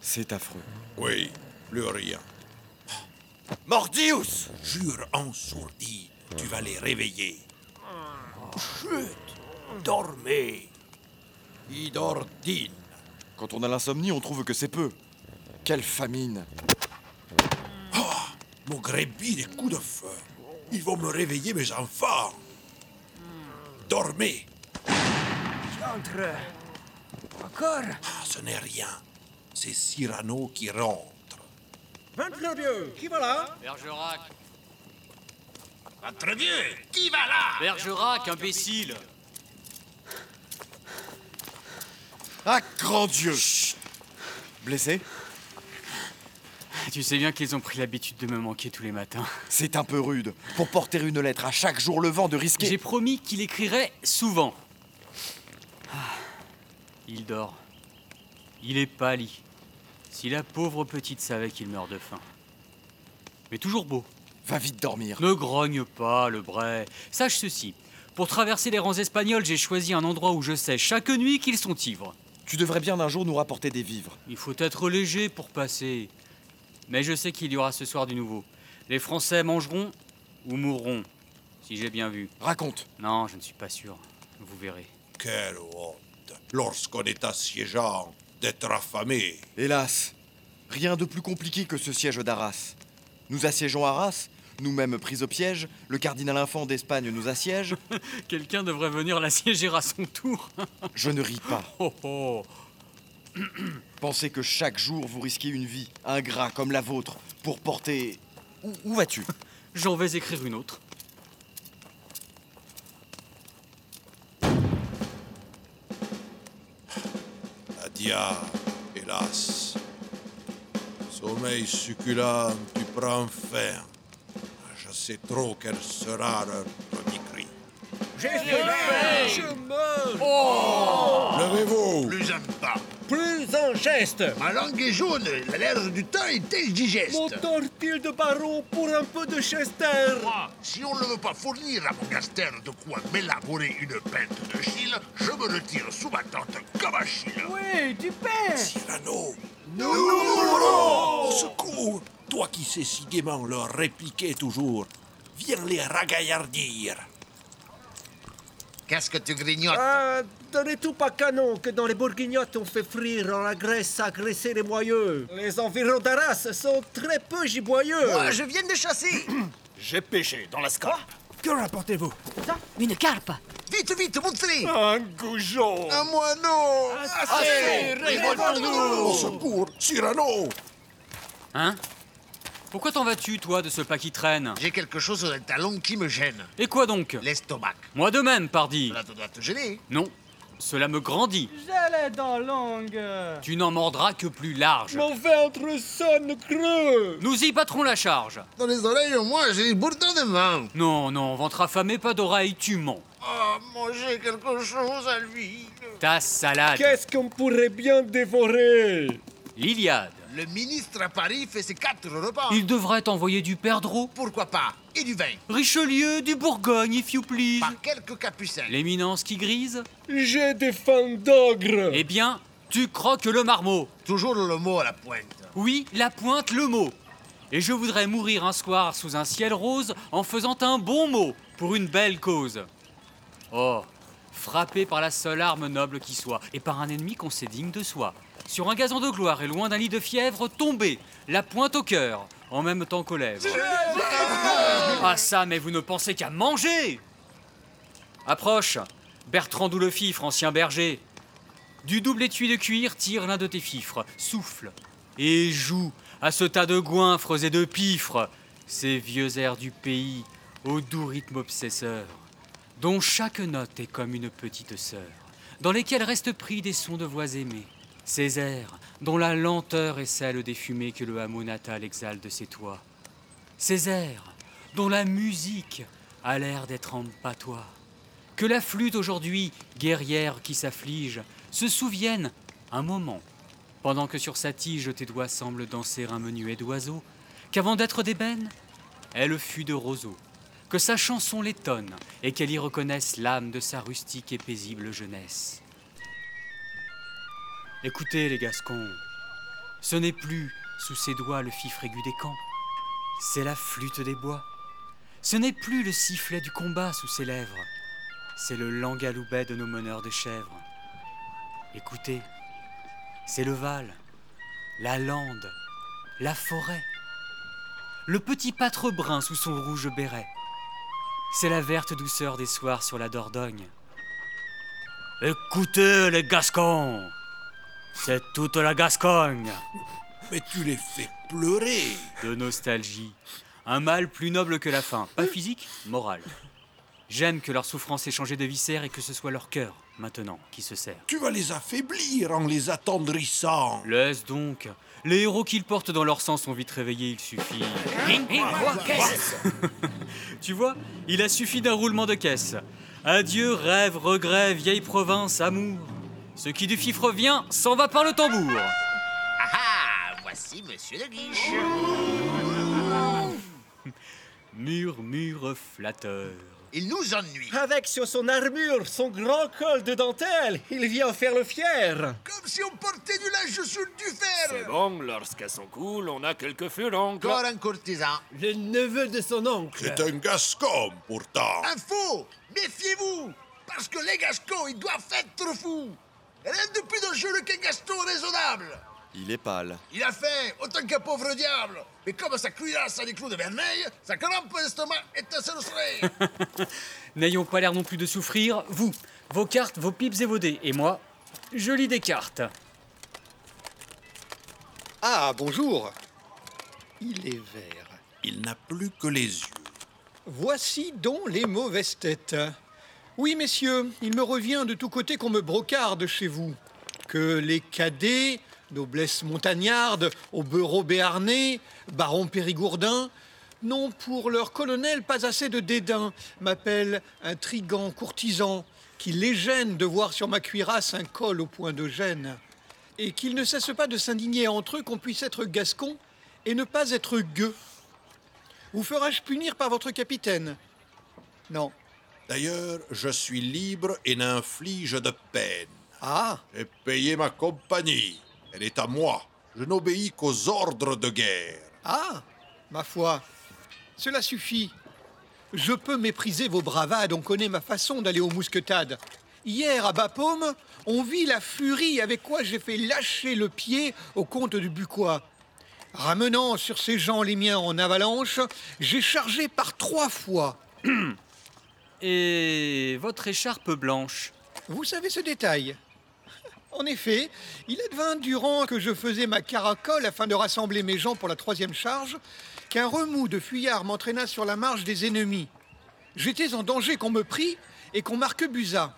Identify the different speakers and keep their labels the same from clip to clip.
Speaker 1: C'est affreux.
Speaker 2: Oui, le rien.
Speaker 3: Mordius
Speaker 2: Jure en sourdine, tu vas les réveiller.
Speaker 4: Chut Dormez
Speaker 2: Idordine.
Speaker 1: Quand on a l'insomnie, on trouve que c'est peu. Quelle famine
Speaker 2: Mon grébi des coups de feu. Ils vont me réveiller, mes enfants. Dormez.
Speaker 4: Entre. Encore
Speaker 2: Ah, ce n'est rien. C'est Cyrano qui rentre.
Speaker 5: Glorieux, qui va là
Speaker 6: Bergerac
Speaker 2: Très bien. Qui va là
Speaker 6: Bergerac, imbécile
Speaker 1: Ah, grand Dieu Blessé
Speaker 6: Ah, Tu sais bien qu'ils ont pris l'habitude de me manquer tous les matins.
Speaker 1: C'est un peu rude. Pour porter une lettre à chaque jour le vent de risquer...
Speaker 6: J'ai promis qu'il écrirait souvent. Ah, Il dort. Il est pâli. Si la pauvre petite savait qu'il meurt de faim. Mais toujours beau.
Speaker 1: Va vite dormir.
Speaker 6: Ne grogne pas, le bray. Sache ceci. Pour traverser les rangs espagnols, j'ai choisi un endroit où je sais chaque nuit qu'ils sont ivres.
Speaker 1: Tu devrais bien un jour nous rapporter des vivres.
Speaker 6: Il faut être léger pour passer. Mais je sais qu'il y aura ce soir du nouveau. Les Français mangeront ou mourront, si j'ai bien vu.
Speaker 1: Raconte.
Speaker 6: Non, je ne suis pas sûr. Vous verrez.
Speaker 2: Quelle honte. Lorsqu'on est assiégeant, d'être affamé.
Speaker 1: Hélas, rien de plus compliqué que ce siège d'Arras. Nous assiégeons Arras, nous-mêmes pris au piège, le cardinal infant d'Espagne nous assiège.
Speaker 6: Quelqu'un devrait venir l'assiéger à son tour.
Speaker 1: Je ne ris pas.
Speaker 6: Oh, oh.
Speaker 1: Pensez que chaque jour vous risquez une vie, ingrat comme la vôtre, pour porter. Où, où vas-tu
Speaker 6: J'en vais écrire une autre.
Speaker 2: Adia, hélas. Sommeil succulent, tu prends faim. Ah, Je sais trop quel sera leur premier cri.
Speaker 5: J'ai fait
Speaker 4: Je
Speaker 2: Levez-vous
Speaker 7: Plus un pas.
Speaker 5: Plus un geste
Speaker 7: Ma langue est jaune, la l'air du temps est indigeste.
Speaker 5: Mon torpille de barreau pour un peu de chester
Speaker 7: Moi, si on ne veut pas fournir à mon gaster de quoi m'élaborer une pinte de chile, je me retire sous ma tente comme Achille.
Speaker 4: Oui, du père
Speaker 2: Cyrano Nous mourrons Au secours Toi qui sais si gaiement leur répliquer toujours, viens les ragaillardir
Speaker 7: Qu'est-ce que tu grignotes
Speaker 5: Ah, dans les troupes à canon que dans les bourguignottes on fait frire en la Grèce à graisser les moyeux. Les environs d'Arras sont très peu giboyeux.
Speaker 4: Moi, je viens de chasser
Speaker 3: J'ai pêché dans la scarpe.
Speaker 5: Que rapportez-vous
Speaker 8: Une carpe
Speaker 7: Vite, vite, montrez
Speaker 3: Un goujon
Speaker 7: Un moineau
Speaker 3: Assez
Speaker 2: Au secours Cyrano
Speaker 6: Hein Pourquoi t'en vas-tu, toi, de ce pas qui traîne
Speaker 7: J'ai quelque chose dans le talon qui me gêne.
Speaker 6: Et quoi donc
Speaker 7: L'estomac.
Speaker 6: Moi de même, pardi.
Speaker 7: Là, tu dois te gêner.
Speaker 6: Non, cela me grandit.
Speaker 8: J'allais dans longue
Speaker 6: Tu n'en mordras que plus large.
Speaker 5: Mon ventre sonne creux.
Speaker 6: Nous y battrons la charge.
Speaker 7: Dans les oreilles, au moins, j'ai une bourdon de vin.
Speaker 6: Non, non, ventre affamé, pas d'oreille, tu mens.
Speaker 7: Oh, manger quelque chose à lui.
Speaker 6: Ta salade.
Speaker 5: Qu'est-ce qu'on pourrait bien dévorer
Speaker 6: L'Iliade.
Speaker 7: Le ministre à Paris fait ses quatre repas.
Speaker 6: Il devrait t'envoyer du perdreau.
Speaker 7: Pourquoi pas Et du vin.
Speaker 6: Richelieu, du Bourgogne, if you please.
Speaker 7: Par quelques capucins.
Speaker 6: L'éminence qui grise
Speaker 5: J'ai des fins d'ogre.
Speaker 6: Eh bien, tu croques le marmot.
Speaker 7: Toujours le mot à la pointe.
Speaker 6: Oui, la pointe, le mot. Et je voudrais mourir un soir sous un ciel rose en faisant un bon mot pour une belle cause. Oh, frappé par la seule arme noble qui soit et par un ennemi qu'on sait digne de soi. Sur un gazon de gloire et loin d'un lit de fièvre, tombé, la pointe au cœur, en même temps qu'aux lèvres. Ah ça, mais vous ne pensez qu'à manger Approche Bertrand Doulefifre, ancien berger. Du double étui de cuir, tire l'un de tes fifres, souffle et joue à ce tas de goinfres et de pifres, ces vieux airs du pays au doux rythme obsesseur, dont chaque note est comme une petite sœur, dans lesquelles restent pris des sons de voix aimées, ces airs dont la lenteur est celle des fumées que le hameau natal exhale de ses toits, ces airs dont la musique a l'air d'être en patois, que la flûte aujourd'hui, guerrière qui s'afflige, se souvienne un moment pendant que sur sa tige tes doigts semblent danser un menuet d'oiseaux, qu'avant d'être d'ébène, elle fut de roseau, que sa chanson l'étonne et qu'elle y reconnaisse l'âme de sa rustique et paisible jeunesse. Écoutez les Gascons, Ce n'est plus sous ses doigts le fifre aigu des camps, c'est la flûte des bois. Ce n'est plus le sifflet du combat sous ses lèvres, c'est le langaloubet de nos meneurs de chèvres. Écoutez, c'est le val, la lande, la forêt, le petit pâtre brun sous son rouge béret. C'est la verte douceur des soirs sur la Dordogne. Écoutez les Gascons, c'est toute la Gascogne.
Speaker 2: Mais tu les fais pleurer.
Speaker 6: De nostalgie. Un mal plus noble que la faim. Pas physique, moral. J'aime que leur souffrance ait changé de viscère et que ce soit leur cœur, maintenant, qui se serre.
Speaker 2: Tu vas les affaiblir en les attendrissant.
Speaker 6: Laisse donc. Les héros qu'ils portent dans leur sang sont vite réveillés, il suffit. tu vois, il a suffi d'un roulement de caisse. Adieu, rêve, regret, vieille province, amour. Ce qui du fifre vient s'en va par le tambour.
Speaker 9: Ah Voici Monsieur le Guiche.
Speaker 6: Murmure flatteur.
Speaker 7: Il nous ennuie.
Speaker 5: Avec sur son armure son grand col de dentelle, il vient faire le fier.
Speaker 7: Comme si on portait du linge sur du fer.
Speaker 3: C'est bon, lorsqu'elles sont cool, on a quelques furons.
Speaker 7: Encore un courtisan.
Speaker 5: Le neveu de son oncle.
Speaker 2: C'est un gascon, pourtant.
Speaker 7: Un faux Méfiez-vous Parce que les gascons, ils doivent être fous Rien de plus dangereux qu'un gaston raisonnable
Speaker 1: Il est pâle.
Speaker 7: Il a faim, autant qu'un pauvre diable Mais comme sa cuirasse a des clous de vermeil, sa crampe l'estomac est ensorcelée
Speaker 6: N'ayons pas l'air non plus de souffrir, vous, vos cartes, vos pipes et vos dés, et moi, je lis des cartes.
Speaker 10: Ah, bonjour Il est vert.
Speaker 2: Il n'a plus que les yeux.
Speaker 10: Voici donc les mauvaises têtes. Oui, messieurs, il me revient de tous côtés qu'on me brocarde chez vous. Que les cadets, noblesse montagnarde, au bureau béarnais, baron périgourdin, n'ont pour leur colonel pas assez de dédain, m'appellent intrigant courtisan, qui les gêne de voir sur ma cuirasse un col au point de gêne, et qu'ils ne cessent pas de s'indigner entre eux qu'on puisse être gascon et ne pas être gueux. Vous ferai-je punir par votre capitaine Non.
Speaker 2: D'ailleurs, je suis libre et n'inflige de peine.
Speaker 10: Ah
Speaker 2: J'ai payé ma compagnie. Elle est à moi. Je n'obéis qu'aux ordres de guerre.
Speaker 10: Ah Ma foi, cela suffit. Je peux mépriser vos bravades, on connaît ma façon d'aller aux mousquetades. Hier, à Bapaume, on vit la furie avec quoi j'ai fait lâcher le pied au comte du Bucois. Ramenant sur ces gens les miens en avalanche, j'ai chargé par trois fois.
Speaker 6: Et votre écharpe blanche
Speaker 10: Vous savez ce détail En effet, il advint durant que je faisais ma caracole afin de rassembler mes gens pour la troisième charge qu'un remous de fuyards m'entraîna sur la marche des ennemis. J'étais en danger qu'on me prit et qu'on m'arquebusa.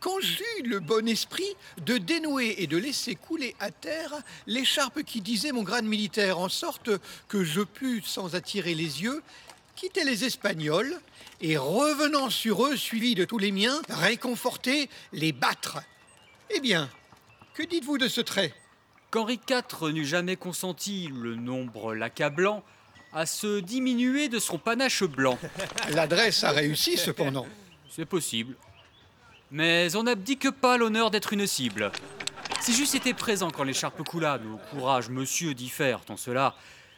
Speaker 10: Quand j'eus le bon esprit de dénouer et de laisser couler à terre l'écharpe qui disait mon grade militaire, en sorte que je pus, sans attirer les yeux, quitter les Espagnols et revenant sur eux, suivi de tous les miens, réconforter, les battre. Eh bien, que dites-vous de ce trait
Speaker 6: Qu'Henri IV n'eût jamais consenti, le nombre l'accablant, à se diminuer de son panache blanc.
Speaker 10: L'adresse a réussi cependant.
Speaker 6: C'est possible. Mais on n'abdique pas l'honneur d'être une cible. Si j'eusse été présent quand l'écharpe coula, nos courages, monsieur, diffèrent en cela,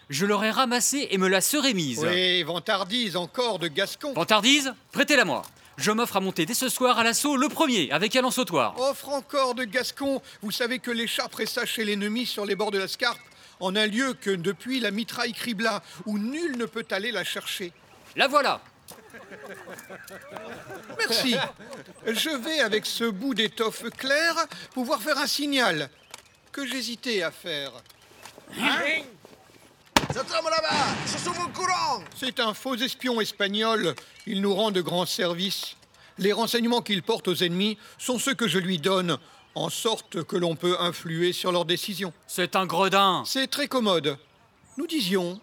Speaker 6: je l'aurais ramassée et me la serais mise.
Speaker 10: Oui, vantardise encore de Gascon.
Speaker 6: Vantardise, prêtez-la moi. Je m'offre à monter dès ce soir à l'assaut le premier, avec Alain Sautoir.
Speaker 10: Offre encore de Gascon. Vous savez que l'écharpe resta chez l'ennemi sur les bords de la Scarpe, en un lieu que depuis la mitraille cribla, où nul ne peut aller la chercher.
Speaker 6: La voilà
Speaker 10: Merci. Je vais, avec ce bout d'étoffe claire, pouvoir faire un signal que j'hésitais à faire.
Speaker 7: Cet homme là-bas, ils se sauve au courant
Speaker 10: C'est un faux espion espagnol. Il nous rend de grands services. Les renseignements qu'il porte aux ennemis sont ceux que je lui donne, en sorte que l'on peut influer sur leurs décisions.
Speaker 6: C'est un gredin
Speaker 10: C'est très commode. Nous disions...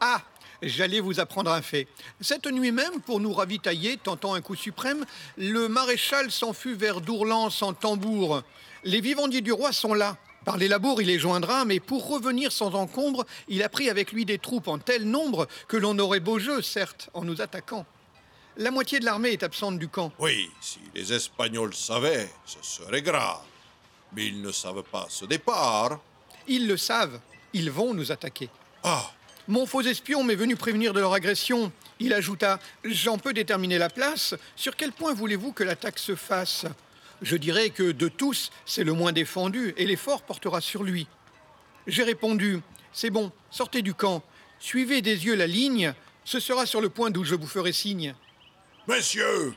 Speaker 10: Ah J'allais vous apprendre un fait. Cette nuit même, pour nous ravitailler, tentant un coup suprême, le maréchal s'en fut vers Dourlan sans tambour. Les vivandiers du roi sont là. Par les labours, il les joindra, mais pour revenir sans encombre, il a pris avec lui des troupes en tel nombre que l'on aurait beau jeu, certes, en nous attaquant. La moitié de l'armée est absente du camp.
Speaker 2: Oui, si les Espagnols savaient, ce serait grave. Mais ils ne savent pas ce départ.
Speaker 10: Ils le savent. Ils vont nous attaquer.
Speaker 2: Ah,
Speaker 10: Mon faux espion m'est venu prévenir de leur agression. Il ajouta J'en peux déterminer la place. Sur quel point voulez-vous que l'attaque se fasse Je dirais que de tous, c'est le moins défendu et l'effort portera sur lui. J'ai répondu C'est bon, sortez du camp. Suivez des yeux la ligne. Ce sera sur le point d'où je vous ferai signe.
Speaker 2: Messieurs,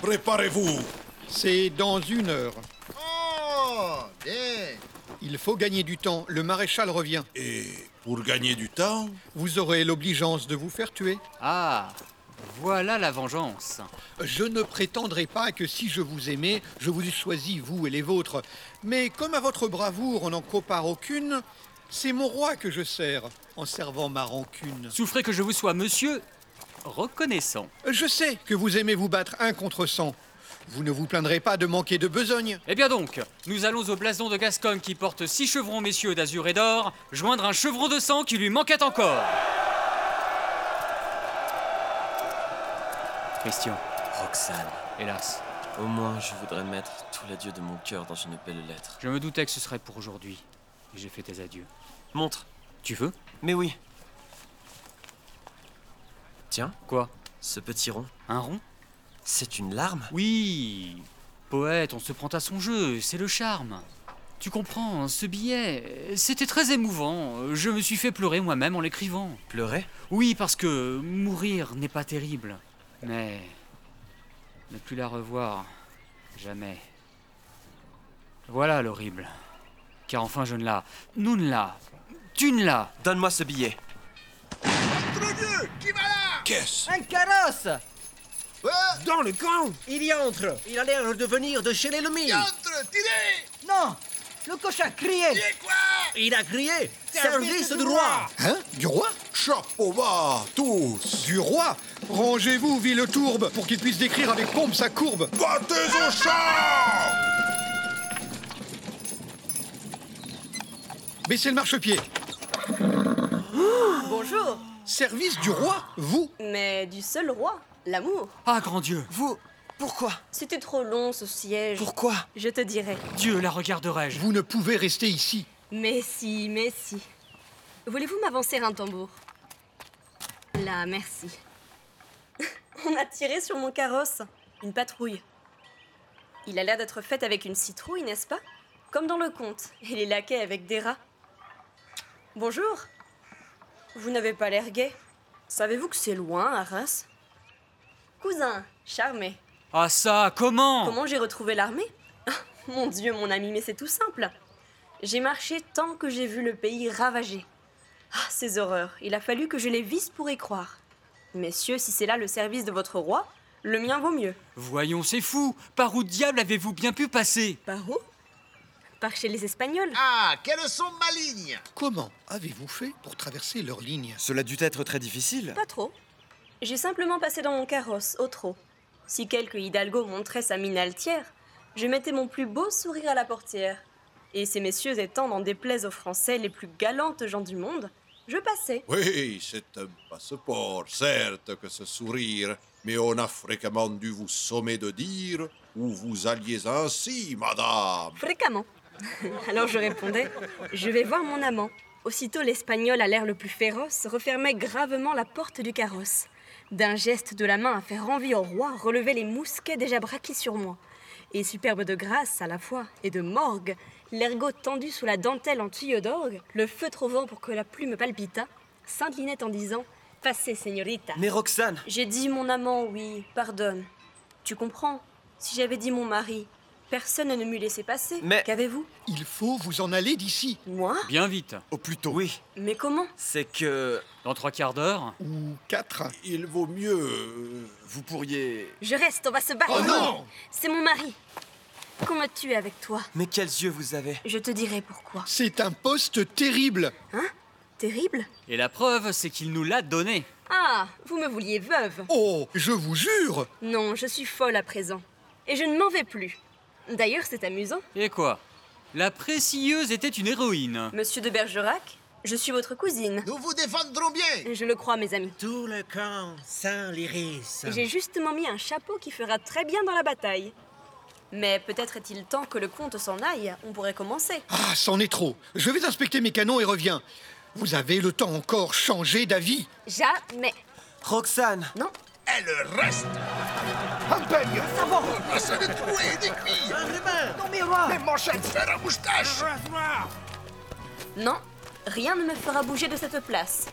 Speaker 2: préparez-vous.
Speaker 10: C'est dans une heure.
Speaker 11: Oh, bien.
Speaker 10: Il faut gagner du temps. Le maréchal revient.
Speaker 2: Et pour gagner du temps
Speaker 10: Vous aurez l'obligeance de vous faire tuer.
Speaker 6: Ah, voilà la vengeance.
Speaker 10: Je ne prétendrai pas que si je vous aimais, je vous eus choisi, vous et les vôtres. Mais comme à votre bravoure, on n'en compare aucune, c'est mon roi que je sers, en servant ma rancune.
Speaker 6: Souffrez que je vous sois, monsieur, reconnaissant.
Speaker 10: Je sais que vous aimez vous battre un contre cent. Vous ne vous plaindrez pas de manquer de besogne.
Speaker 6: Eh bien donc, nous allons au blason de Gascogne qui porte six chevrons, messieurs, d'azur et d'or, joindre un chevron de sang qui lui manquait encore. Christian.
Speaker 12: Roxane.
Speaker 6: Hélas.
Speaker 12: Au moins, je voudrais mettre tout l'adieu de mon cœur dans une belle lettre.
Speaker 6: Je me doutais que ce serait pour aujourd'hui. Et J'ai fait tes adieux.
Speaker 12: Montre.
Speaker 6: Tu veux
Speaker 12: Mais oui. Tiens.
Speaker 6: Quoi
Speaker 12: Ce petit rond.
Speaker 6: Un rond
Speaker 12: C'est une larme
Speaker 6: Oui. Poète, on se prend à son jeu, c'est le charme. Tu comprends, hein, ce billet, c'était très émouvant. Je me suis fait pleurer moi-même en l'écrivant.
Speaker 12: Pleurer
Speaker 6: Oui, parce que mourir n'est pas terrible. Mais ne plus la revoir, jamais. Voilà l'horrible. Car enfin je ne la... Nous ne la... Tu ne la...
Speaker 12: Donne-moi ce billet.
Speaker 7: Qui va là
Speaker 2: Qu'est-ce
Speaker 5: Un carrosse
Speaker 2: Dans le camp
Speaker 5: Il y entre. Il a l'air de venir de chez l'ennemi.
Speaker 7: Entre, tirez
Speaker 4: Non Le coche a crié
Speaker 7: Tirez quoi
Speaker 5: Il a crié
Speaker 4: Service
Speaker 5: Service
Speaker 4: du
Speaker 5: du roi
Speaker 10: Hein Du roi
Speaker 2: Chapeau bas, tous
Speaker 10: Du roi Rangez-vous, ville tourbe, pour qu'il puisse décrire avec pompe sa courbe.
Speaker 2: Battez au champ
Speaker 10: Baissez le marchepied.
Speaker 13: Bonjour
Speaker 10: Service du roi, vous
Speaker 13: Mais du seul roi, l'amour
Speaker 6: Ah grand Dieu
Speaker 12: Vous Pourquoi
Speaker 13: C'était trop long ce siège.
Speaker 12: Pourquoi
Speaker 13: Je te dirai.
Speaker 6: Dieu, la regarderai-je
Speaker 10: Vous ne pouvez rester ici.
Speaker 13: Mais si, mais si. Voulez-vous m'avancer un tambour Là, merci. On a tiré sur mon carrosse. Une patrouille. Il a l'air d'être fait avec une citrouille, n'est-ce pas Comme dans le conte, et les laquais avec des rats. Bonjour. Vous n'avez pas l'air gai. Savez-vous que c'est loin, Arras Cousin, charmé.
Speaker 6: Ah ça, comment
Speaker 13: Comment j'ai retrouvé l'armée Ah, Mon Dieu, mon ami, mais c'est tout simple. J'ai marché tant que j'ai vu le pays ravagé. Ah, ces horreurs, il a fallu que je les visse pour y croire. Messieurs, si c'est là le service de votre roi, le mien vaut mieux.
Speaker 6: Voyons, c'est fou Par où diable avez-vous bien pu passer
Speaker 13: Par où Par chez les Espagnols.
Speaker 7: Ah, quelles sont malignes
Speaker 10: Comment avez-vous fait pour traverser leur ligne
Speaker 1: Cela dut être très difficile.
Speaker 13: Pas trop. J'ai simplement passé dans mon carrosse, au trot. Si quelque hidalgo montrait sa mine altière, je mettais mon plus beau sourire à la portière. Et ces messieurs étant, n'en déplaise aux Français, les plus galantes gens du monde, je passais.
Speaker 2: Oui, c'est un passeport, certes que ce sourire, mais on a fréquemment dû vous sommer de dire où vous alliez ainsi, madame.
Speaker 13: Fréquemment. Alors je répondais Je vais voir mon amant. Aussitôt, l'espagnol, à l'air le plus féroce, refermait gravement la porte du carrosse. D'un geste de la main à faire envie au roi, relevait les mousquets déjà braqués sur moi. Et superbe de grâce à la fois et de morgue, l'ergot tendu sous la dentelle en tuyau d'orgue, le feutre au vent pour que la plume palpitât, s'inclinait en disant Passez, señorita.
Speaker 12: Mais Roxane
Speaker 13: J'ai dit mon amant, oui, pardonne. Tu comprends Si j'avais dit mon mari, personne ne m'eût laissé passer.
Speaker 12: Mais-
Speaker 13: Qu'avez-vous
Speaker 10: Il faut vous en aller d'ici.
Speaker 13: Moi
Speaker 6: Bien vite
Speaker 1: Au plus tôt.
Speaker 12: Oui,
Speaker 13: Mais comment
Speaker 12: c'est que.
Speaker 6: Dans trois quarts d'heure
Speaker 10: Ou quatre.
Speaker 2: Il vaut mieux.
Speaker 1: Euh, Vous pourriez.
Speaker 13: Je reste, on va se battre.
Speaker 10: Oh non
Speaker 13: C'est mon mari. Qu'on me tue avec toi.
Speaker 12: Mais quels yeux vous avez
Speaker 13: Je te dirai pourquoi. Hein?
Speaker 10: C'est un poste terrible.
Speaker 13: Terrible
Speaker 6: Et la preuve, c'est qu'il nous l'a donné
Speaker 13: Ah, vous me vouliez veuve.
Speaker 10: Oh, je vous jure
Speaker 13: Non, je suis folle à présent. Et je ne m'en vais plus. D'ailleurs, c'est amusant.
Speaker 6: Et quoi La précieuse était une héroïne
Speaker 13: Monsieur de Bergerac, je suis votre cousine.
Speaker 11: Nous vous défendrons bien.
Speaker 13: Je le crois, mes amis.
Speaker 5: Tout le camp, Saint-Lyris.
Speaker 13: J'ai justement mis un chapeau qui fera très bien dans la bataille. Mais peut-être est-il temps que le comte s'en aille. On pourrait commencer.
Speaker 10: Ah, c'en est trop. Je vais inspecter mes canons et reviens. Vous avez le temps encore changer d'avis.
Speaker 13: Jamais.
Speaker 10: Roxane
Speaker 13: Non
Speaker 7: Elle reste
Speaker 11: Un peigne
Speaker 4: Savon
Speaker 7: Ah, ça les troué, des cuilles
Speaker 4: Un ruban Non, miroir
Speaker 7: Des manchettes faire à moustache
Speaker 13: Non, rien ne me fera bouger de cette place.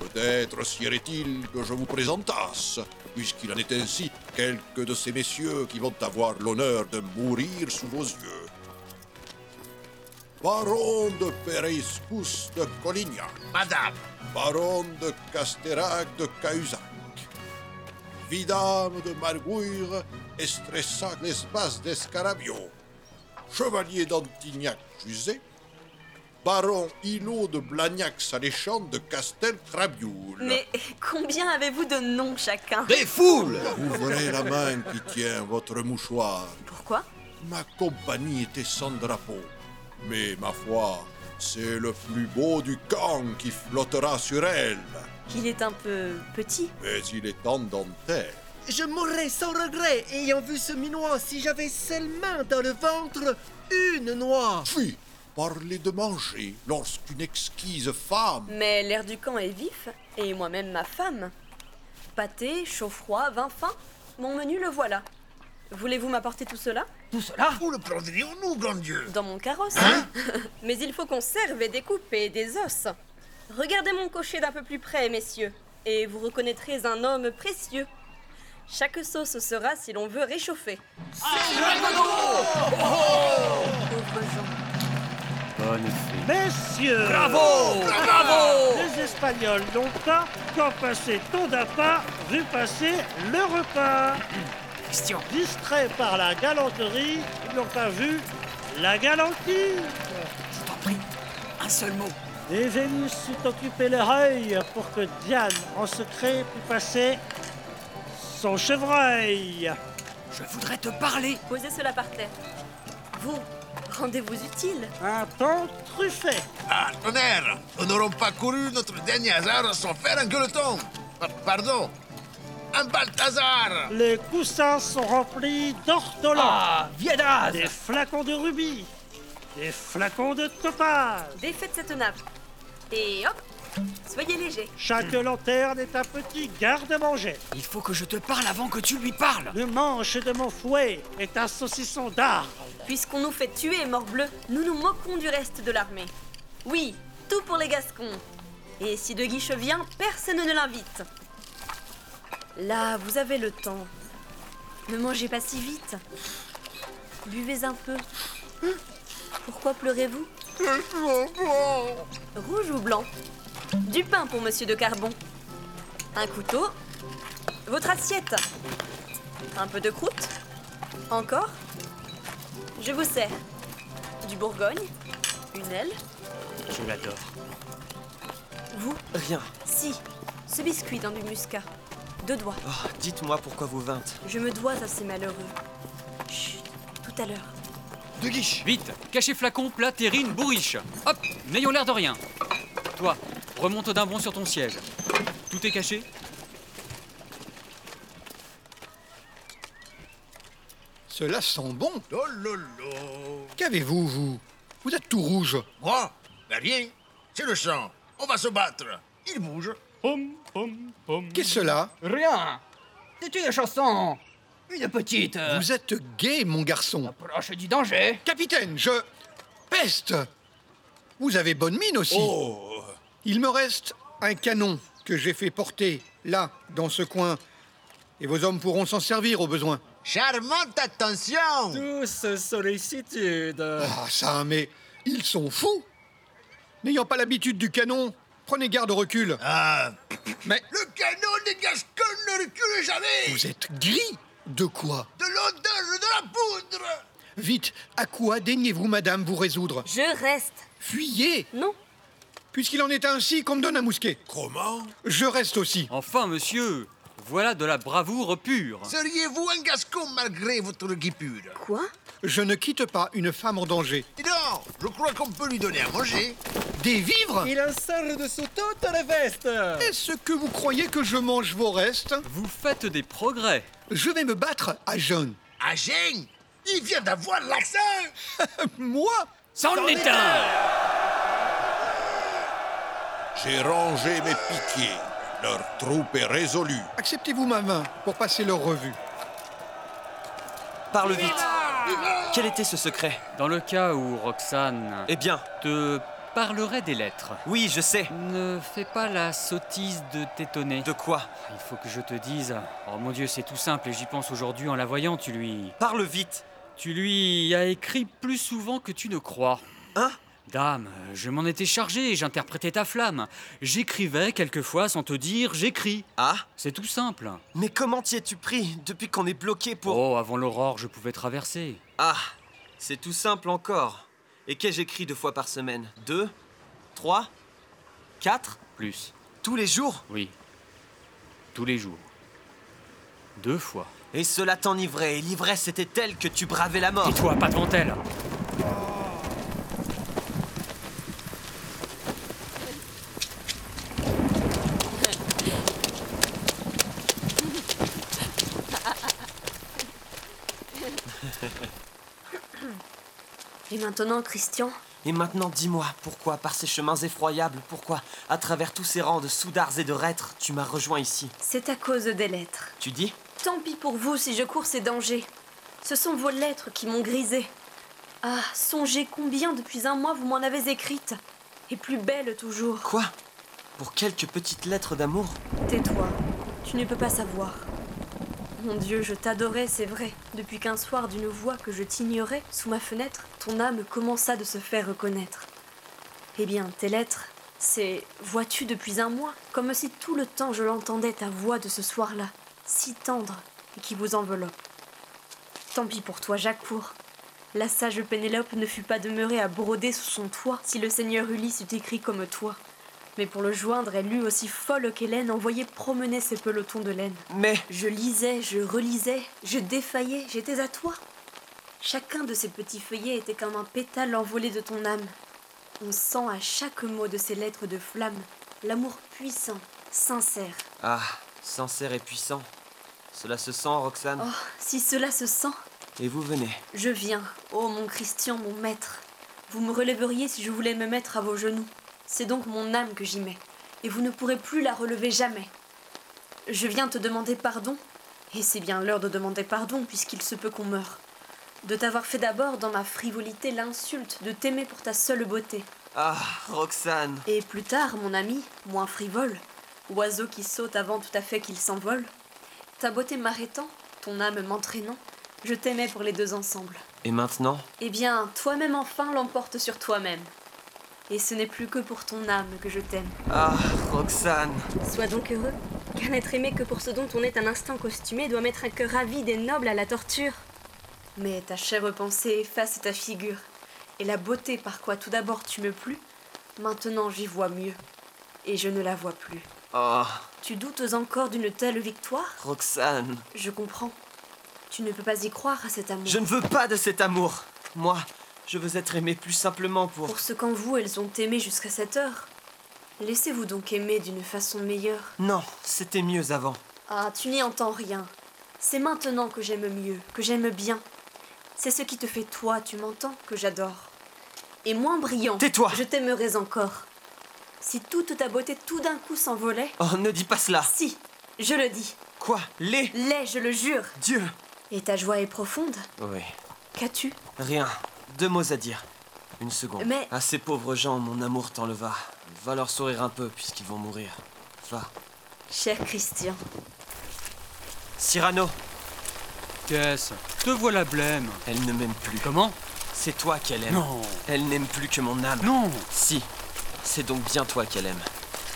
Speaker 2: Peut-être siérait-il que je vous présentasse, puisqu'il en est ainsi quelques de ces messieurs qui vont avoir l'honneur de mourir sous vos yeux. Baron de Pereiscus de Colignac.
Speaker 7: Madame.
Speaker 2: Baron de Casterac de Cahuzac. Vidame de Margouire, Estressac d'Espace d'Escarabio. Chevalier d'Antignac-Juzé. Baron Hilo de Blagnac-Saléchand de Castel-Crabioul.
Speaker 13: Mais combien avez-vous de noms chacun
Speaker 2: Ouvrez la main qui tient votre mouchoir.
Speaker 13: Pourquoi
Speaker 2: Ma compagnie était sans drapeau. Mais ma foi, c'est le plus beau du camp qui flottera sur elle.
Speaker 13: Il est un peu petit.
Speaker 2: Mais il est en dentelle.
Speaker 5: Je mourrais sans regret ayant vu ce minois si j'avais seulement dans le ventre une noix.
Speaker 2: Puis, parler de manger lorsqu'une exquise femme.
Speaker 13: Mais l'air du camp est vif, et moi-même ma femme. Pâté, chaud-froid, vin fin, mon menu le voilà. Voulez-vous m'apporter tout cela
Speaker 7: Tout cela Où le prendrions-nous, grand Dieu
Speaker 13: Dans mon carrosse. Mais il faut qu'on serve et découpe et des os. Regardez mon cocher d'un peu plus près, messieurs, et vous reconnaîtrez un homme précieux. Chaque sauce sera, si l'on veut, réchauffée.
Speaker 12: Bonne fée.
Speaker 14: Messieurs
Speaker 12: Bravo
Speaker 13: Bravo
Speaker 14: Les Espagnols n'ont pas quand passé ton d'appât, vu passer le repas. Question. Distraits par la galanterie, ils n'ont pas vu la galantie. Je t'en prie, un seul mot. Et Vénus s'est occupé l'oreille pour que Diane, en secret, pût passer son chevreuil. Je voudrais te parler.
Speaker 13: Posez cela par terre. Vous, rendez-vous utile.
Speaker 14: Un temps truffé.
Speaker 7: Ah, tonnerre Nous n'aurons pas couru notre dernier hasard sans faire un gueuleton Pa- Pardon Un Balthazar
Speaker 14: Les coussins sont remplis d'ortolans.
Speaker 7: Ah,
Speaker 14: viadaz Des flacons de rubis. Des flacons de topaz.
Speaker 13: Défaites cette nappe. Et hop, soyez léger.
Speaker 14: Chaque lanterne est un petit garde-manger. Il faut que je te parle avant que tu lui parles. Le manche de mon fouet est un saucisson d'art.
Speaker 13: Puisqu'on nous fait tuer, morbleu, nous nous moquons du reste de l'armée. Oui, tout pour les Gascons. Et si De Guiche vient, personne ne l'invite. Là, vous avez le temps. Ne mangez pas si vite. Buvez un peu. Hum, Pourquoi pleurez-vous Rouge ou blanc Du pain pour Monsieur de Carbon. Un couteau. Votre assiette. Un peu de croûte. Encore. Je vous sers du Bourgogne, une aile.
Speaker 14: Je l'adore.
Speaker 13: Vous,
Speaker 12: Rien.
Speaker 13: si, ce biscuit dans du muscat. Deux doigts.
Speaker 12: Oh, Dites-moi pourquoi vous vintes.
Speaker 13: Je me dois à ces malheureux. Chut, tout à l'heure.
Speaker 12: De guiche
Speaker 6: Vite, cachez flacon, plat, terrine, bourriche. Hop, n'ayons l'air de rien. Toi, remonte d'un bond sur ton siège. Tout est caché
Speaker 10: Cela sent bon.
Speaker 7: Oh,
Speaker 10: Qu'avez-vous, vous Vous êtes tout rouge.
Speaker 7: Moi Ben rien C'est le champ On va se battre Il bouge
Speaker 10: Qu'est-ce que cela
Speaker 4: Rien C'est une chanson Une petite euh,
Speaker 10: Vous êtes gay, mon garçon.
Speaker 4: proche du danger
Speaker 10: Capitaine, je. Peste Vous avez bonne mine aussi.
Speaker 4: Oh.
Speaker 10: Il me reste un canon que j'ai fait porter là, dans ce coin. Et vos hommes pourront s'en servir au besoin.
Speaker 11: Charmante attention
Speaker 5: Douce sollicitude.
Speaker 10: Ah, ça, mais ils sont fous N'ayant pas l'habitude du canon, prenez garde au recul.
Speaker 7: Ah
Speaker 10: Mais
Speaker 7: Le canon des Gascons ne recule jamais
Speaker 10: vous êtes gris De quoi
Speaker 7: De l'odeur de la poudre
Speaker 10: Vite, à quoi daignez-vous, madame, vous résoudre
Speaker 13: Je reste.
Speaker 10: Fuyez
Speaker 13: Non.
Speaker 10: Puisqu'il en est ainsi, qu'on me donne un mousquet.
Speaker 2: Comment
Speaker 10: Je reste aussi.
Speaker 6: Enfin, monsieur, voilà de la bravoure pure.
Speaker 7: Seriez-vous un gascon malgré votre guipure
Speaker 13: Quoi
Speaker 10: Je ne quitte pas une femme en danger.
Speaker 7: Dis donc, je crois qu'on peut lui donner à manger.
Speaker 10: Des vivres
Speaker 5: Il insère de sous toute la veste.
Speaker 10: Est-ce que vous croyez que je mange vos restes
Speaker 6: Vous faites des progrès.
Speaker 10: Je vais me battre à jeun.
Speaker 7: À Gênes Ah, Il vient d'avoir l'accent
Speaker 10: Moi
Speaker 6: C'en est un
Speaker 2: J'ai rangé mes piquets. Leur troupe est résolue.
Speaker 10: Acceptez-vous ma main pour passer leur revue.
Speaker 12: Parle vite. Quel était ce secret
Speaker 6: Dans le cas où Roxane.
Speaker 12: Eh bien
Speaker 6: Te parlerait des lettres.
Speaker 12: Oui, je sais.
Speaker 6: Ne fais pas la sottise de t'étonner.
Speaker 12: De quoi
Speaker 6: Il faut que je te dise. Oh mon dieu, c'est tout simple et j'y pense aujourd'hui en la voyant, tu lui.
Speaker 12: Parle vite.
Speaker 6: Tu lui as écrit plus souvent que tu ne crois.
Speaker 12: Hein
Speaker 6: Dame, je m'en étais chargé et j'interprétais ta flamme. J'écrivais quelquefois sans te dire j'écris.
Speaker 12: Ah
Speaker 6: C'est tout simple.
Speaker 12: Mais comment t'y es-tu pris depuis qu'on est bloqué pour.
Speaker 6: Oh, avant l'aurore, je pouvais traverser.
Speaker 12: Ah C'est tout simple encore. Et qu'ai-je écrit deux fois par semaine Deux Trois Quatre
Speaker 6: Plus.
Speaker 12: Tous les jours
Speaker 6: Oui. Tous les jours. Deux fois.
Speaker 12: Et cela t'enivrait, et l'ivresse était telle que tu bravais la mort.
Speaker 6: Et toi, pas devant elle
Speaker 13: Et maintenant, Christian
Speaker 12: Et maintenant, dis-moi, pourquoi, par ces chemins effroyables, pourquoi, à travers tous ces rangs de soudards et de reîtres, tu m'as rejoint ici
Speaker 13: C'est à cause des lettres.
Speaker 12: Tu dis
Speaker 13: Tant pis pour vous si je cours ces dangers. Ce sont vos lettres qui m'ont grisé. Ah, songez combien depuis un mois vous m'en avez écrites. Et plus belles toujours.
Speaker 12: Quoi Pour quelques petites lettres d'amour
Speaker 13: Tais-toi. Tu ne peux pas savoir. Mon Dieu, je t'adorais, c'est vrai. Depuis qu'un soir, d'une voix que je t'ignorais, sous ma fenêtre, ton âme commença de se faire reconnaître. Eh bien, tes lettres, c'est vois-tu depuis un mois, comme si tout le temps je l'entendais ta voix de ce soir-là, si tendre et qui vous enveloppe. Tant pis pour toi, j'accours. La sage Pénélope ne fut pas demeurée à broder sous son toit si le seigneur Ulysse eût écrit comme toi. Mais pour le joindre, elle eut aussi folle qu'Hélène envoyé promener ses pelotons de laine.
Speaker 12: Mais.
Speaker 13: Je lisais, je relisais, je défaillais, j'étais à toi. Chacun de ces petits feuillets était comme un pétale envolé de ton âme. On sent à chaque mot de ces lettres de flamme l'amour puissant, sincère.
Speaker 12: Ah, sincère et puissant. Cela se sent, Roxane.
Speaker 13: Oh, si cela se sent,
Speaker 12: Et vous venez.
Speaker 13: je viens. Oh, mon Christian, mon maître. Vous me relèveriez si je voulais me mettre à vos genoux. C'est donc mon âme que j'y mets, et vous ne pourrez plus la relever jamais. Je viens te demander pardon, et c'est bien l'heure de demander pardon, puisqu'il se peut qu'on meure. De t'avoir fait d'abord dans ma frivolité l'insulte de t'aimer pour ta seule beauté.
Speaker 12: Ah, Roxane.
Speaker 13: Et plus tard, mon ami, moins frivole, oiseau qui saute avant tout à fait qu'il s'envole, ta beauté m'arrêtant, ton âme m'entraînant, je t'aimais pour les deux ensemble.
Speaker 12: Et maintenant
Speaker 13: Eh bien, toi-même enfin l'emporte sur toi-même. Et ce n'est plus que pour ton âme que je t'aime.
Speaker 12: Ah, Roxane.
Speaker 13: Sois donc heureux, qu'un être aimé que pour ce dont on est un instinct costumé doit mettre un cœur avide et noble à la torture. Mais ta chère pensée efface ta figure, et la beauté par quoi tout d'abord tu me plus, maintenant j'y vois mieux, et je ne la vois plus.
Speaker 12: Oh,
Speaker 13: Tu doutes encore d'une telle victoire
Speaker 12: Roxane.
Speaker 13: Je comprends. Tu ne peux pas y croire à cet amour.
Speaker 12: Je ne veux pas de cet amour. Moi, je veux être aimé plus simplement pour.
Speaker 13: Pour ce qu'en vous elles ont aimé jusqu'à cette heure, laissez-vous donc aimer d'une façon meilleure.
Speaker 12: Non, c'était mieux avant.
Speaker 13: Ah, tu n'y entends rien. C'est maintenant que j'aime mieux, que j'aime bien. C'est ce qui te fait toi, tu m'entends, que j'adore. Et moins brillant.
Speaker 12: Tais-toi.
Speaker 13: Je t'aimerais encore. Si toute ta beauté tout d'un coup s'envolait.
Speaker 12: Oh, ne dis pas cela.
Speaker 13: Si, je le dis.
Speaker 12: Quoi Les
Speaker 13: L'est, je le jure.
Speaker 12: Dieu
Speaker 13: Et ta joie est profonde.
Speaker 12: Oui.
Speaker 13: Qu'as-tu
Speaker 12: Rien. Deux mots à dire. Une seconde.
Speaker 13: Mais-
Speaker 12: À Ah, ces pauvres gens, mon amour t'enleva. Va leur sourire un peu, puisqu'ils vont mourir. Va.
Speaker 13: Cher Christian.
Speaker 12: Cyrano,
Speaker 6: Qu'est-ce Te voilà blême
Speaker 12: elle ne m'aime plus.
Speaker 6: Comment
Speaker 12: C'est toi qu'elle aime.
Speaker 6: Non
Speaker 12: Elle n'aime plus que mon âme.
Speaker 6: Non
Speaker 12: Si. C'est donc bien toi qu'elle aime.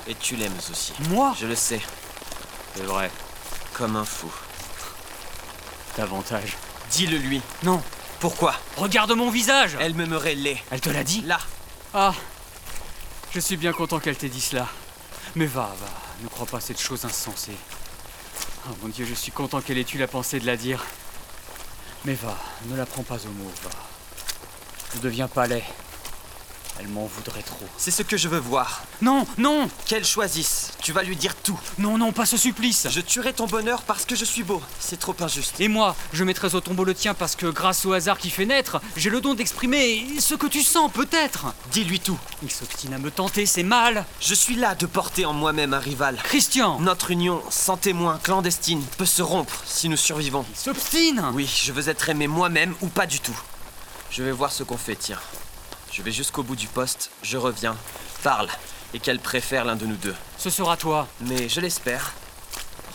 Speaker 12: Et tu l'aimes aussi.
Speaker 6: Moi
Speaker 12: Je le sais,
Speaker 6: C'est vrai,
Speaker 12: comme un fou.
Speaker 6: davantage.
Speaker 12: Dis-le lui.
Speaker 6: Non
Speaker 12: Pourquoi
Speaker 6: Regarde mon visage
Speaker 12: Elle m'aimerait laid.
Speaker 6: Elle te l'a dit
Speaker 12: Là,
Speaker 6: Ah Je suis bien content qu'elle t'ait dit cela. Mais va, va, ne crois pas cette chose insensée. Oh mon dieu, je suis content qu'elle ait eu la pensée de la dire. Mais va, ne la prends pas au mot, va. Ne deviens pas laid. Elle m'en voudrait trop.
Speaker 12: c'est ce que je veux voir.
Speaker 6: Non, non
Speaker 12: Qu'elle choisisse. Tu vas lui dire tout.
Speaker 6: Non, non, pas ce supplice
Speaker 12: Je tuerai ton bonheur parce que je suis beau. C'est trop injuste.
Speaker 6: Et moi, je mettrais au tombeau le tien parce que grâce au hasard qui fait naître, j'ai le don d'exprimer ce que tu sens peut-être.
Speaker 12: Dis-lui tout.
Speaker 6: Il s'obstine à me tenter, c'est mal.
Speaker 12: Je suis là de porter en moi-même un rival.
Speaker 6: Christian
Speaker 12: Notre union, sans témoin, clandestine, peut se rompre si nous survivons.
Speaker 6: Il s'obstine
Speaker 12: Oui, je veux être aimé moi-même ou pas du tout. Je vais voir ce qu'on fait, tiens. Je vais jusqu'au bout du poste, je reviens, parle, et qu'elle préfère l'un de nous deux.
Speaker 6: Ce sera toi.
Speaker 12: Mais je l'espère.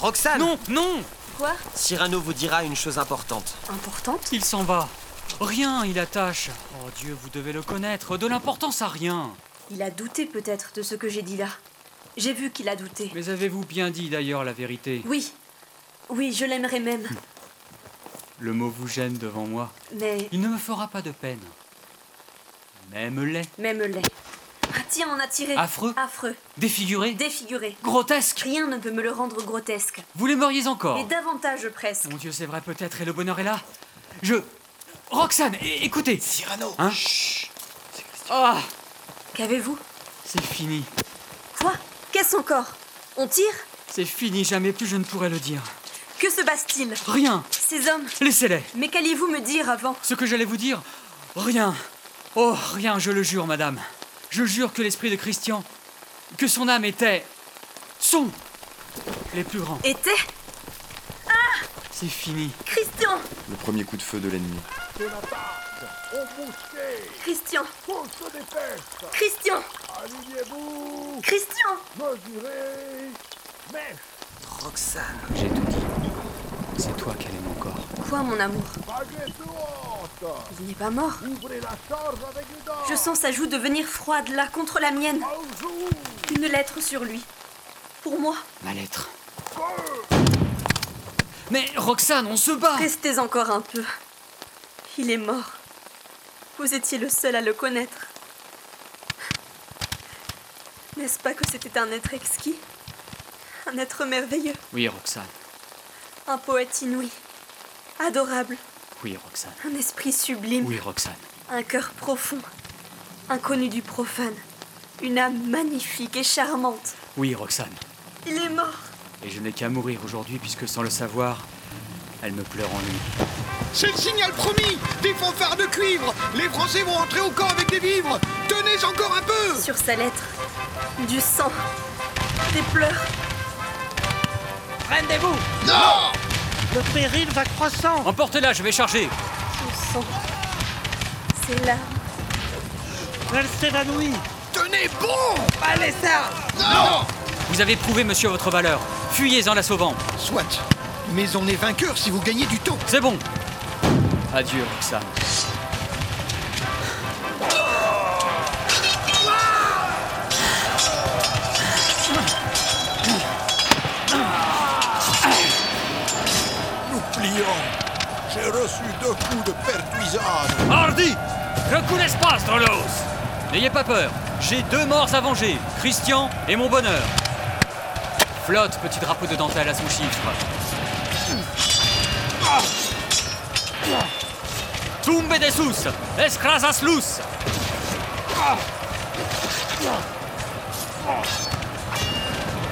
Speaker 12: Roxane
Speaker 6: Non, non
Speaker 13: Quoi
Speaker 12: Cyrano vous dira une chose importante.
Speaker 13: Importante
Speaker 6: Il s'en va. Rien, il attache. Oh Dieu, vous devez le connaître. De l'importance à rien.
Speaker 13: Il a douté peut-être de ce que j'ai dit là. J'ai vu qu'il a douté.
Speaker 6: Mais avez-vous bien dit d'ailleurs la vérité
Speaker 13: Oui. Oui, je l'aimerais même.
Speaker 6: Le mot vous gêne devant moi.
Speaker 13: Mais.
Speaker 6: Il ne me fera pas de peine. Même-les.
Speaker 13: Même-les. Ah tiens, on a tiré.
Speaker 6: Affreux.
Speaker 13: Affreux.
Speaker 6: Défiguré.
Speaker 13: Défiguré.
Speaker 6: Grotesque.
Speaker 13: Rien ne peut me le rendre grotesque.
Speaker 6: Vous l'aimeriez encore
Speaker 13: Et davantage presque.
Speaker 6: Mon Dieu, c'est vrai peut-être, et le bonheur est là. Je. Roxane, é- écoutez
Speaker 1: Cyrano
Speaker 6: Hein Ah
Speaker 13: Qu'avez-vous
Speaker 6: C'est fini.
Speaker 13: Quoi Qu'est-ce encore On tire
Speaker 6: C'est fini, jamais plus je ne pourrai le dire.
Speaker 13: Que se passe-t-il
Speaker 6: Rien
Speaker 13: Ces hommes.
Speaker 6: Laissez-les
Speaker 13: Mais qu'alliez-vous me dire avant
Speaker 6: Ce que j'allais vous dire Rien Oh, rien, je le jure, madame. Je jure que l'esprit de Christian, que son âme était. sont les plus grands.
Speaker 13: Était
Speaker 6: C'est fini.
Speaker 13: Christian
Speaker 1: Le premier coup de feu de l'ennemi.
Speaker 13: Christian
Speaker 11: On se dépêche
Speaker 13: Christian
Speaker 11: Alignez-vous
Speaker 13: Christian
Speaker 11: Mesurez Mèche
Speaker 12: Roxane.
Speaker 6: J'ai tout dit. C'est toi qui aime encore.
Speaker 13: Quoi, mon amour
Speaker 11: Baguette haute
Speaker 13: Il n'est pas mort.
Speaker 11: Ouvrez la charge avec les dents
Speaker 13: Je sens sa joue devenir froide là, contre la mienne.
Speaker 11: Au jour
Speaker 13: Une lettre sur lui. Pour moi.
Speaker 6: Ma lettre. Mais Roxane, on se bat
Speaker 13: Restez encore un peu. Il est mort. Vous étiez le seul à le connaître. N'est-ce pas que c'était un être exquis Un être merveilleux
Speaker 6: Oui, Roxane.
Speaker 13: Un poète inouï Adorable
Speaker 6: Oui, Roxane.
Speaker 13: Un esprit sublime
Speaker 6: Oui, Roxane.
Speaker 13: Un cœur profond Inconnu du profane Une âme magnifique et charmante
Speaker 6: Oui, Roxane.
Speaker 13: Il est mort
Speaker 6: Et je n'ai qu'à mourir aujourd'hui puisque sans le savoir, elle me pleure en lui.
Speaker 10: C'est le signal promis Des fanfares de cuivre Les Français vont entrer au camp avec des vivres Tenez encore un peu
Speaker 13: Sur sa lettre, du sang, des pleurs.
Speaker 14: Rendez-vous
Speaker 11: Non
Speaker 14: Le péril va croissant
Speaker 6: Emportez-la, je vais charger
Speaker 13: Son sang, ses larmes.
Speaker 14: Elle s'évanouit
Speaker 11: Tenez bon
Speaker 4: Allez, ça
Speaker 11: Non
Speaker 6: Vous avez prouvé, monsieur, votre valeur. Fuyez en la sauvant.
Speaker 10: Soit Mais on est vainqueur si vous gagnez du temps
Speaker 6: C'est bon Adieu, Roxane.
Speaker 2: Nous plions. J'ai reçu deux coups de pertuisane.
Speaker 6: Hardy Je coule l'espace dans l'os N'ayez pas peur, j'ai deux morts à venger, Christian et mon bonheur. Flotte, petit drapeau de dentelle à son chiffre. Tumbe de sus, escrasas luz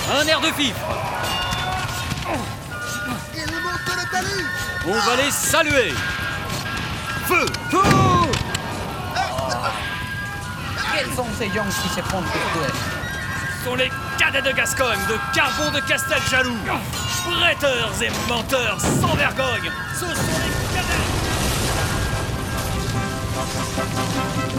Speaker 6: Un air de fifre
Speaker 11: Il monte le talus
Speaker 6: On va les saluer Feu
Speaker 4: Quels sont ces gens qui se prennent pour deux
Speaker 3: Ce sont les cadets de Gascogne, de Carbon de Castel Jaloux. Prêteurs et menteurs sans vergogne. Ce sont les cadets.